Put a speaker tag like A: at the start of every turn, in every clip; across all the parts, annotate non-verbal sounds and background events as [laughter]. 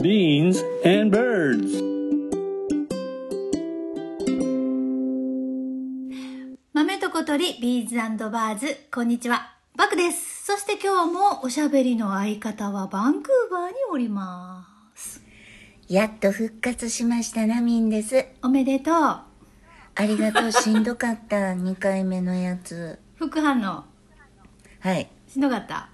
A: beans, and birds.
B: 豆と小鳥ビーズバーズこんにちはバクですそして今日もおしゃべりの相方はバンクーバーにおります
C: やっと復活しましたナミンです
B: おめでとう
C: ありがとうしんどかった [laughs] 2回目のやつ
B: 副反応
C: はい
B: しんどかった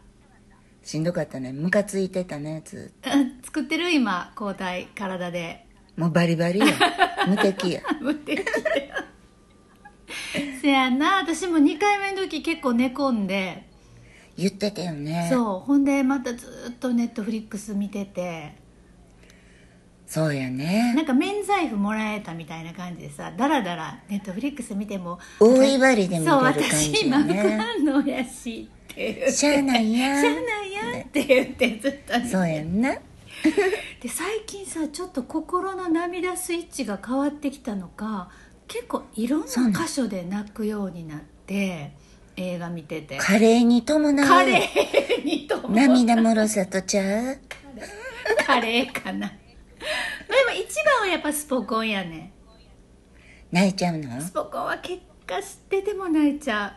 C: しんどかったねムカついてたねずっ
B: うん作ってる今抗体体で
C: ともうバリバリ [laughs] や無敵や
B: 無敵せやな私も2回目の時結構寝込んで
C: 言ってたよねう
B: そうほんでまたずっとネットフリックス見てて
C: そうやね
B: なんか免罪符もらえたみたいな感じでさだらだらネットフリックス見ても
C: 大威張りで見て
B: そう
C: る感
B: 私
C: じ
B: 今
C: や
B: 副
C: ね
B: 反応やしって言って
C: しゃあないや
B: しゃあないやって言ってずっと見て
C: そうやんな
B: で最近さちょっと心の涙スイッチが変わってきたのか結構いろん
C: そうな
B: な
C: の
B: 箇所で泣くようになって映画見てて
C: カレーに伴う
B: カレーにと思う
C: 涙もろさとちゃう
B: カレーかなでも一番はやっぱスポコンやね
C: 泣いちゃうの
B: スポコンは結果知ってても泣いちゃ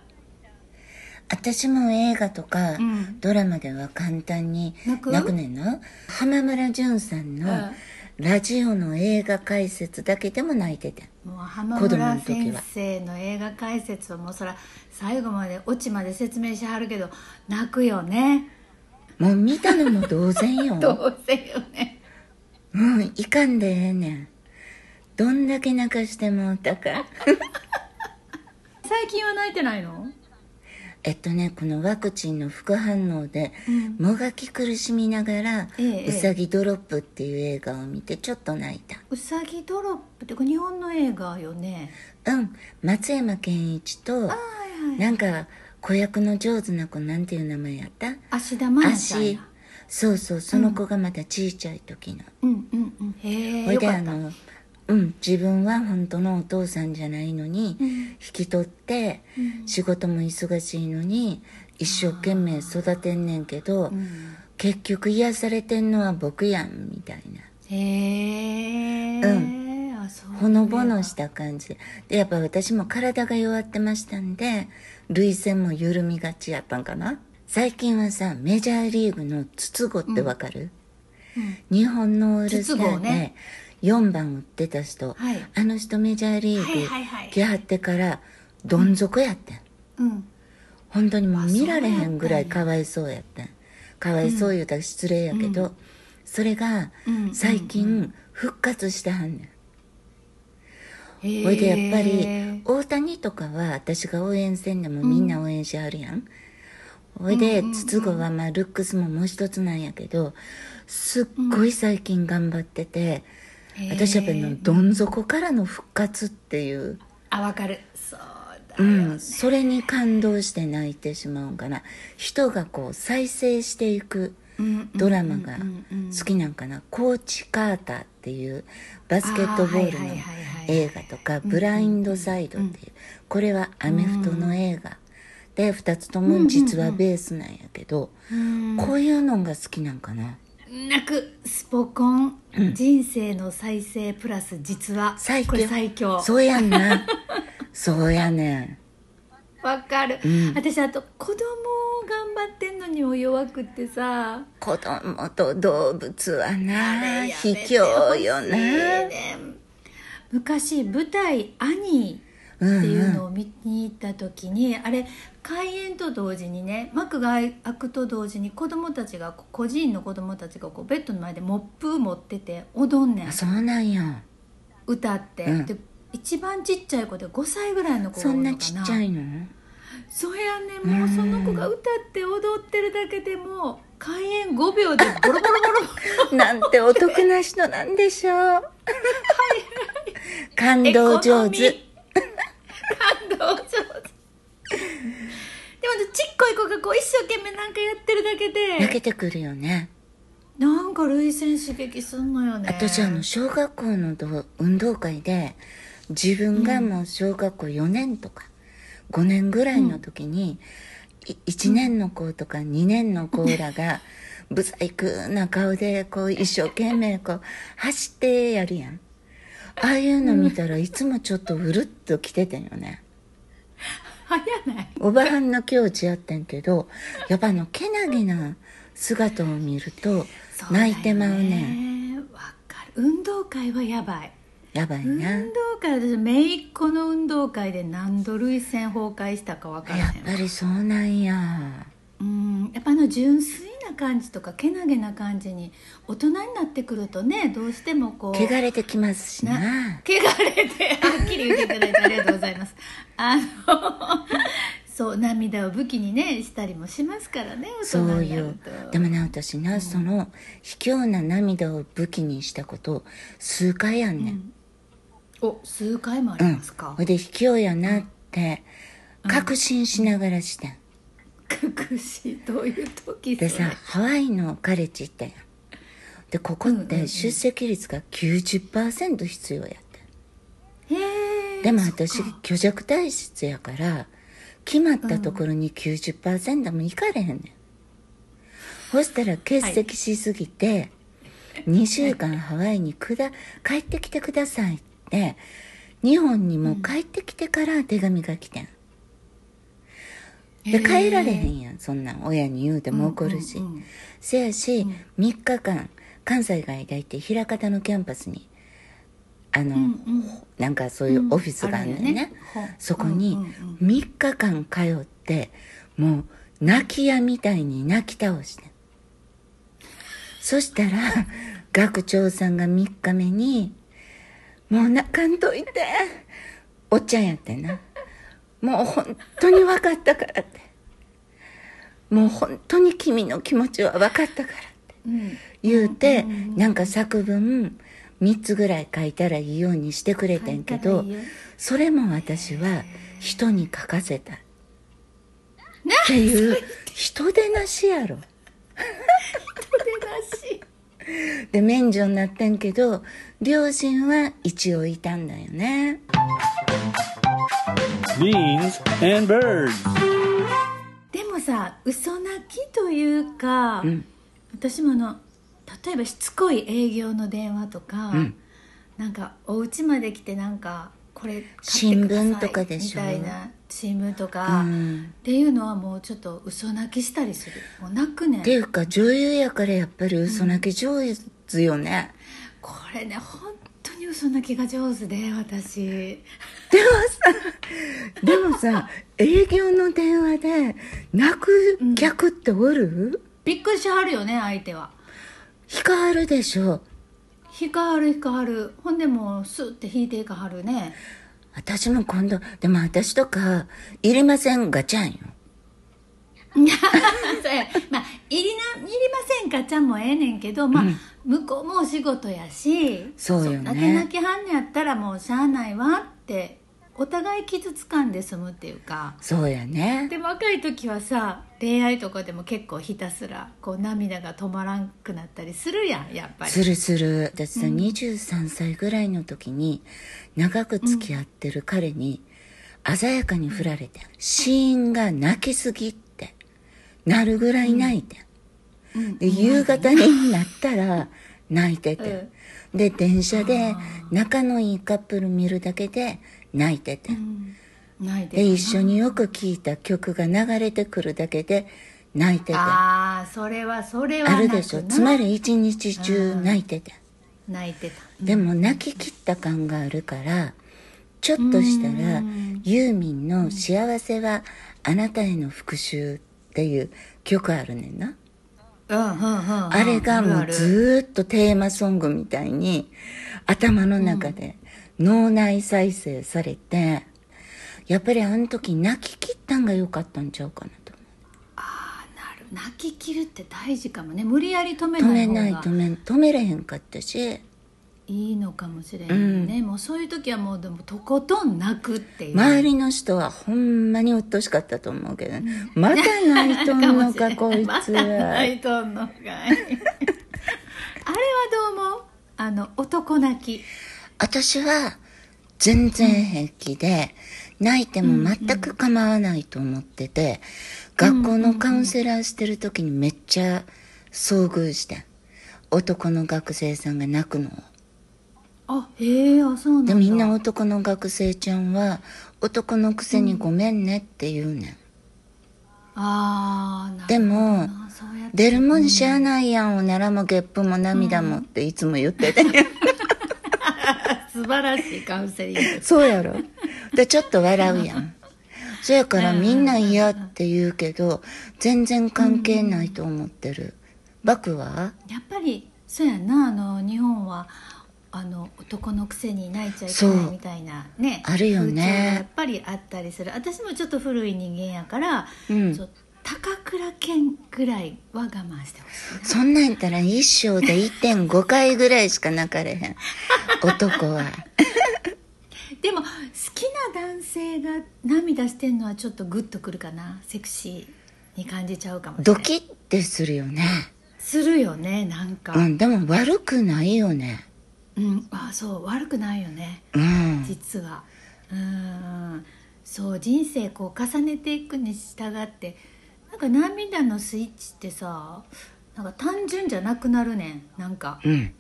C: 私も映画とか、
B: うん
C: ドラマでは簡単に
B: 泣く
C: ねんの浜村淳さんの
B: うん
C: ラジオの映画解説だけでも泣いてて
B: うもう浜
C: 子供
B: 村
C: の時
B: 先
C: は
B: 生の映画解説はもうそら最後までオチまで説明しはるけど泣くよね
C: もう見たのも同然
B: [laughs] ど
C: よ
B: うせよね
C: うんいかんでええねんどんだけ泣かしてもうたか
B: 最近は泣いてないの
C: えっとねこのワクチンの副反応で、
B: うん
C: もがき苦しみながら「
B: ええええ
C: うさぎドロップ」っていう映画を見てちょっと泣いた
B: うさぎドロップってこれ日本の映画よね
C: うん松山ケンイチと
B: はいはい
C: なんか子役の上手な子なんていう名前やった
B: 芦田愛菜ちゃん
C: 足
B: や
C: そうそうその子がまだちいちゃい時の、
B: うんうんうんへえ
C: ほい
B: よ
C: で
B: か
C: あ
B: った
C: のうん自分は本当のお父さんじゃないのに
B: うん
C: 引き取って、
B: うん
C: 仕事も忙しいのに一生懸命育てんねんけ
B: う
C: ど、
B: ん
C: 結局癒されてんのは僕やんみたい
B: へえ
C: う
B: あそう
C: なほのぼのした感じでやっぱ私も体が弱ってましたんで涙腺も緩みがちやったんかな最近はさメジャーリーグの筒子ってわかる、
B: うん
C: 日本のオール
B: 筒
C: スタ
B: 香
C: ーで
B: ね
C: 4番打ってた人、
B: はい
C: あの人メジャーリー
B: はい
C: グ
B: はいはい
C: 来はってからどん底やってん、
B: うん
C: 本当にもう見られへんぐらいかわいそうやってんかわいそう言うたら失礼やけど、それが
B: うん
C: 最近復活してはんねん、
B: へえ
C: ほいでやっぱり大谷とかは私が応援せんでもみんな応援しはるやん、ほいで筒子はまあルックスももう一つなんやけどすっごい最近頑張ってて、
B: へえ
C: 私やっぱりのどん底からの復活っていう、
B: あわかるそうだ
C: う
B: よ
C: ん、それに感動して泣いてしまうんかな人がこう再生していく
B: うん
C: ドラマが
B: うんうんうん
C: 好きなんかな、コーチ・カーターっていうバスケットボール
B: あーは
C: の
B: いはいはいはい
C: 映画とか「ブラインド・サイド」っていうこれはアメフトの映画で2つとも実はベースなんやけど
B: うん
C: こういうのが好きなんかな
B: 泣くスポコン、人生の再生プラス実は
C: 最
B: これ
C: 強
B: 最強
C: そうやん
B: [laughs]
C: なそうやねん
B: わかる、
C: ん
B: 私あと子供を頑張ってんのにも弱くってさ
C: 子供と動物はな
B: あれや
C: 卑
B: めてほ
C: 怯
B: しい
C: よな
B: ね昔舞台「兄」っていうのを見に行った時に、あれ開演と同時にね幕が開くと同時に子供たちがこう個人の子供たちがこうベッドの前でモップ持ってて踊んねん
C: あそうなんや
B: 歌って、
C: うん
B: で一番ちっちゃい子で5歳ぐらいの子が
C: そ
B: おる
C: ん
B: のか
C: な
B: な
C: ちっちゃいの
B: そうやねもうその子が歌って踊ってるだけでもう開演5秒でボロボロボロボロ
C: [laughs] なんてお得な人なんでしょう [laughs] 感
B: エ
C: 動上
B: コ
C: 手
B: ノミー [laughs] 感動上手でもちっこい子がこう一生懸命なんかやってるだけで
C: 泣けてくるよね
B: なんか涙腺刺激すんのよね
C: 私あの小学校のど運動会で自分がもう小学校4年とか5年ぐらいの時に、い1年の子とか2年の子らが、不細工な顔で、こう、一生懸命、こう、走ってやるやん。ああいうの見たらいつもちょっとうるっと来ててんよね。
B: 早ない
C: おばはんの境地やってんけど、やっぱあの、けなげな姿を見ると、泣いてまう
B: そだよ
C: ねん。
B: ねわかる運動会はやばい
C: やばい
B: 運
C: な。
B: 動会私姪っ子の運動会で何度涙腺崩壊したか分から
C: や
B: へ
C: っぱ
B: ん
C: りそうなんや。
B: うんやっぱあの純粋な感じとかけなげな感じに大人になってくるとねどうしてもこう
C: 汚れてきますしな。
B: 汚れてはっきり言っていただいてありがとうございますあの [laughs] そう涙を武器にねしたりもしますからね大
C: そ
B: 人
C: う
B: にな
C: よ
B: ると。
C: でもね、私な、その、卑怯な涙を武器にしたこと、数回やんねん。
B: お数回もあ
C: う
B: り
C: ん
B: ますか、
C: ほいで卑怯やなって確信しながらしてん、
B: 隠しどういう時
C: で
B: それ
C: さハワイのカレッジ行ったやんでここって出席率が90%必要やって、
B: へえ
C: でも私虚弱体質やから決まったところに90%も行かれへんねん、そしたら欠席しすぎて、2週間ハワイにくだ帰ってきてくださいって日本にも帰ってきてから手紙が来てんで帰られへんやんそんなん親に言うても怒るし、せやし、3日間関西外大って枚方のキャンパスにあの、なんかそういうオフィスがあるのよね,、
B: うんあるよねほう
C: そこに
B: うんうん
C: 3日間通ってもう泣き屋みたいに泣き倒してんそしたら
B: [laughs]
C: 学長さんが3日目に「もう泣かんといて」おっちゃんやってんなもう本当に分かったからってもう本当に君の気持ちは分かったからって
B: うん
C: 言うて、なんか作文3つぐらい書いたらいいようにしてくれてんけ
B: 書
C: ど
B: いたらいいよ
C: それも私は人に書かせたっていう人でなしやろ
B: 出だし
C: で免除になってんけど両親は一応いたんだよね
A: Beans and birds.
B: でもさ嘘泣きというか、私もあの例えばしつこい営業の電話とか、なんかお家まで来てなんかこれ買ってください
C: 新聞とかでしょ
B: みたいな新聞とか、
C: うん
B: っていうのはもうちょっと嘘泣きしたりするもう泣くねん
C: っていうか女優やからやっぱり嘘泣き上手よね、
B: これね本当に嘘泣きが上手で私
C: [laughs] でもさ営業の電話で泣く客っておる、
B: びっくりしはるよね相手は
C: 光るでしょ
B: 引かはる引かはるほんでもうスッて引いていかはるね [laughs]
C: 私も今度でも私とか「いりませんガチャンよ
B: そうやまあいりないりませんかちゃんもええねんけど、まあ向こうもお仕事やし
C: そうよね
B: んだけ泣きはんねやったらもうしゃあないわってお互い傷つかんで済むっていうか」
C: そうやね
B: でも若い時はさ恋愛とかでも結構ひたすらこう涙が止まらんくなったりするやんやっぱり
C: するする私さ、23歳ぐらいの時に長く付き合ってる彼に鮮やかに振られて、死因が泣きすぎってなるぐらい泣いて、で夕方になったら泣いてて、で電車で仲のいいカップル見るだけで泣いてて、
B: ないで
C: で一緒によく聴いた曲が流れてくるだけで泣いてて
B: あ
C: あ
B: あそれはそれは
C: る
B: 泣くな
C: でしょつまり一日中泣いてて、
B: 泣いてた
C: でも泣ききった感があるからちょっとしたらユーミンの「幸せはあなたへの復讐」っていう曲あるねんな
B: うんうんうん、うん、
C: あれがも
B: あ
C: う
B: る
C: ずーっとテーマソングみたいに頭の中で脳内再生されてやっぱりあの時泣ききったんが良かったんちゃうかなと
B: あーなる泣ききるって大事かもね無理やり止め
C: 止
B: ない
C: め
B: 方
C: ない
B: が
C: 止め止めれへんかったし
B: いいのかもしれないね、もうそういう時はもうでもとことん泣くっていう、
C: 周りの人はほんまに鬱陶しかったと思うけどね、また泣いとんのかこい
B: ま
C: つ
B: た [laughs]
C: は
B: 泣いとんのかいあれはどう思うあの男泣き
C: 私は全然平気で、泣いても全く構わないと思ってて、学校のカウンセラーしてる時にめっちゃ遭遇した男の学生さんが泣くのを
B: あへえあそうなんだ
C: でみんな男の学生ちゃんは男のくせにごめんねって言うねん、
B: ああ
C: でも
B: そうやって
C: 出るもんしゃあないやんおならもゲップも涙もっていつも言ってて、
B: 素晴らしいカウンセリング
C: [laughs] そうやろでちょっと笑うやんそやから
B: うんうんうん
C: み
B: うん
C: んな嫌って言うけど全然関係ないと思ってるバクは
B: やっぱりそうやなあの日本はあの男のくせに泣いちゃいけ
C: そう
B: ないみたいなね
C: あるよ
B: 風
C: ね
B: 潮がやっぱりあったりする私もちょっと古い人間やから、
C: うん
B: ちょ高倉健ぐらいは我慢してほしい
C: そんなんやったら一生で1.5回ぐらいしか泣かれへん男は
B: でも好きな男性が涙してんのはちょっとグッとくるかなセクシーに感じちゃうかもしれ
C: ド
B: ない
C: キッてするよね
B: するよねなんか、う
C: うんんでも悪くないよね
B: あそう悪くないよね
C: うん
B: 実はうんそう人生こう重ねていくに従ってなんか涙のスイッチってさなんか単純じゃなくなるねんなんか
C: うん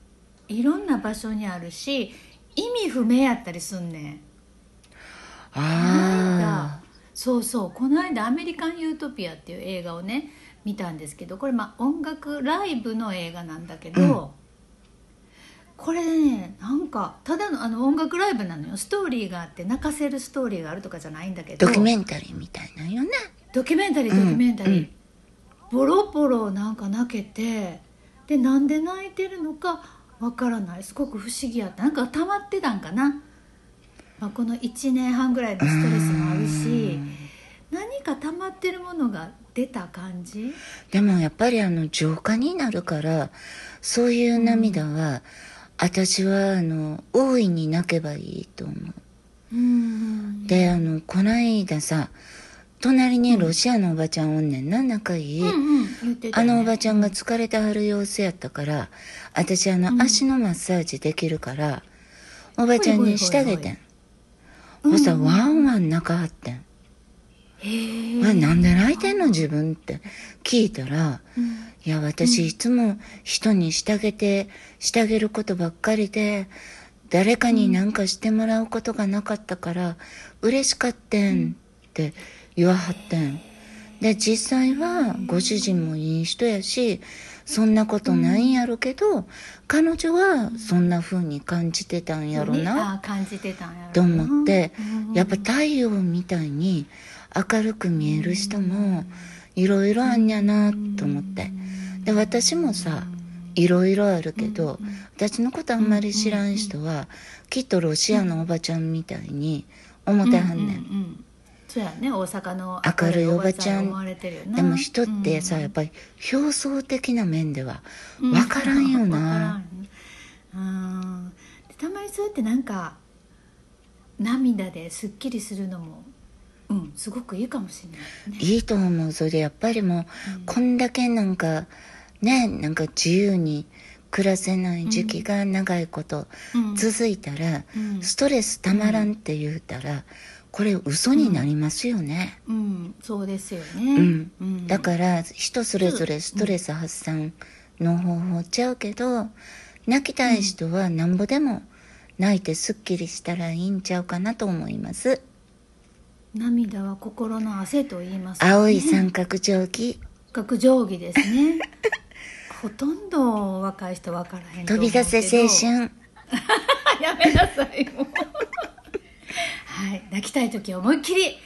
B: いろんな場所にあるし意味不明やったりすんねん
C: ああ
B: そうそうこの間「アメリカン・ユートピア」っていう映画をね見たんですけどこれまあ音楽ライブの映画なんだけど、これねなんかただのあの音楽ライブなのよストーリーがあって泣かせるストーリーがあるとかじゃないんだけど
C: ドキュメンタリーみたいなんよね
B: ドキュメンタリー
C: うん
B: ドキュメンタリー、
C: うん
B: ボロボロなんか泣けてでなんで泣いてるのかわからないすごく不思議やったなんか溜まってたんかな、まあ、この1年半ぐらいのストレスもあるし何か溜まってるものが出た感じ
C: でもやっぱりあの浄化になるからそういう涙は、私はあの大いに泣けばいいと思
B: う
C: う
B: ん
C: であのこないださ隣にロシアのおばちゃんおんねんな仲いい、
B: うんうん言ってた
C: あ
B: ね、
C: のおばちゃんが疲れてはる様子やったから私あの足のマッサージできるから、おばちゃんにしてあげてんほさワンワン泣かはってん
B: へえ
C: あなんで泣いてんの自分って聞いたら
B: うん
C: いや私いつも人にしてあげてしてあげることばっかりで誰かになんかしてもらうことがなかったから嬉しかってんって言わはってんで実際はご主人もいい人やしそんなことないんやろけど彼女はそんな風に感じてたんやろな
B: あー感じてたんやろ
C: と思って
B: うん
C: やっぱ太陽みたいに明るく見える人もいろいろあんやなと思ってで私もさいろいろあるけど私のことあんまり知らん人はきっとロシアのおばちゃんみたいに思ってはんね
B: うん
C: ん
B: うんうんそうやね大阪の
C: 明るいおばちゃん
B: 思われてるよな
C: でも人ってさ
B: うん
C: やっぱり表層的な面では
B: うん
C: 分からんよ
B: わから
C: なん
B: うんでたまにそうやってなんか涙ですっきりするのもうんすごくいいかもしれないね
C: いいと思うそれでやっぱりもうこんだけなんかねなんか自由に暮らせない時期が長いこと
B: うん
C: 続いたら
B: うん
C: ストレスたまらんって言うたらこれ嘘になりますよね、
B: うんそうですよね
C: うん
B: うん
C: だから人それぞれストレス発散の方法ちゃうけど泣きたい人はなんぼでも泣いてすっきりしたらいいんちゃうかなと思います
B: 涙は心の汗と言いますからね
C: 青い三角定規
B: 学定規ですねほとんど若い人分からへんと
C: 飛
B: 思う
C: び出せ青
B: けど
C: 春
B: [laughs] やめなさいもうはい泣きたい時は思いっきり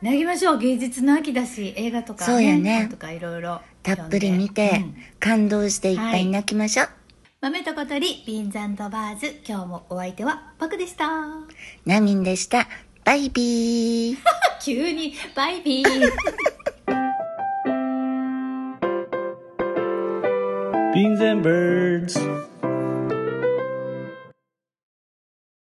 B: 泣きましょう芸術の秋だし映画とか、ね、
C: そうやね
B: 本とかいろいろ
C: たっぷり見
B: 読
C: て
B: んでうん
C: 感動していっぱい泣きましょう、
B: 豆と小鳥ビーンザンドバーズ今日もお相手はパクでした [laughs]
C: ナミンでしたバイビー
B: 急にバイビー
A: Beans and birds.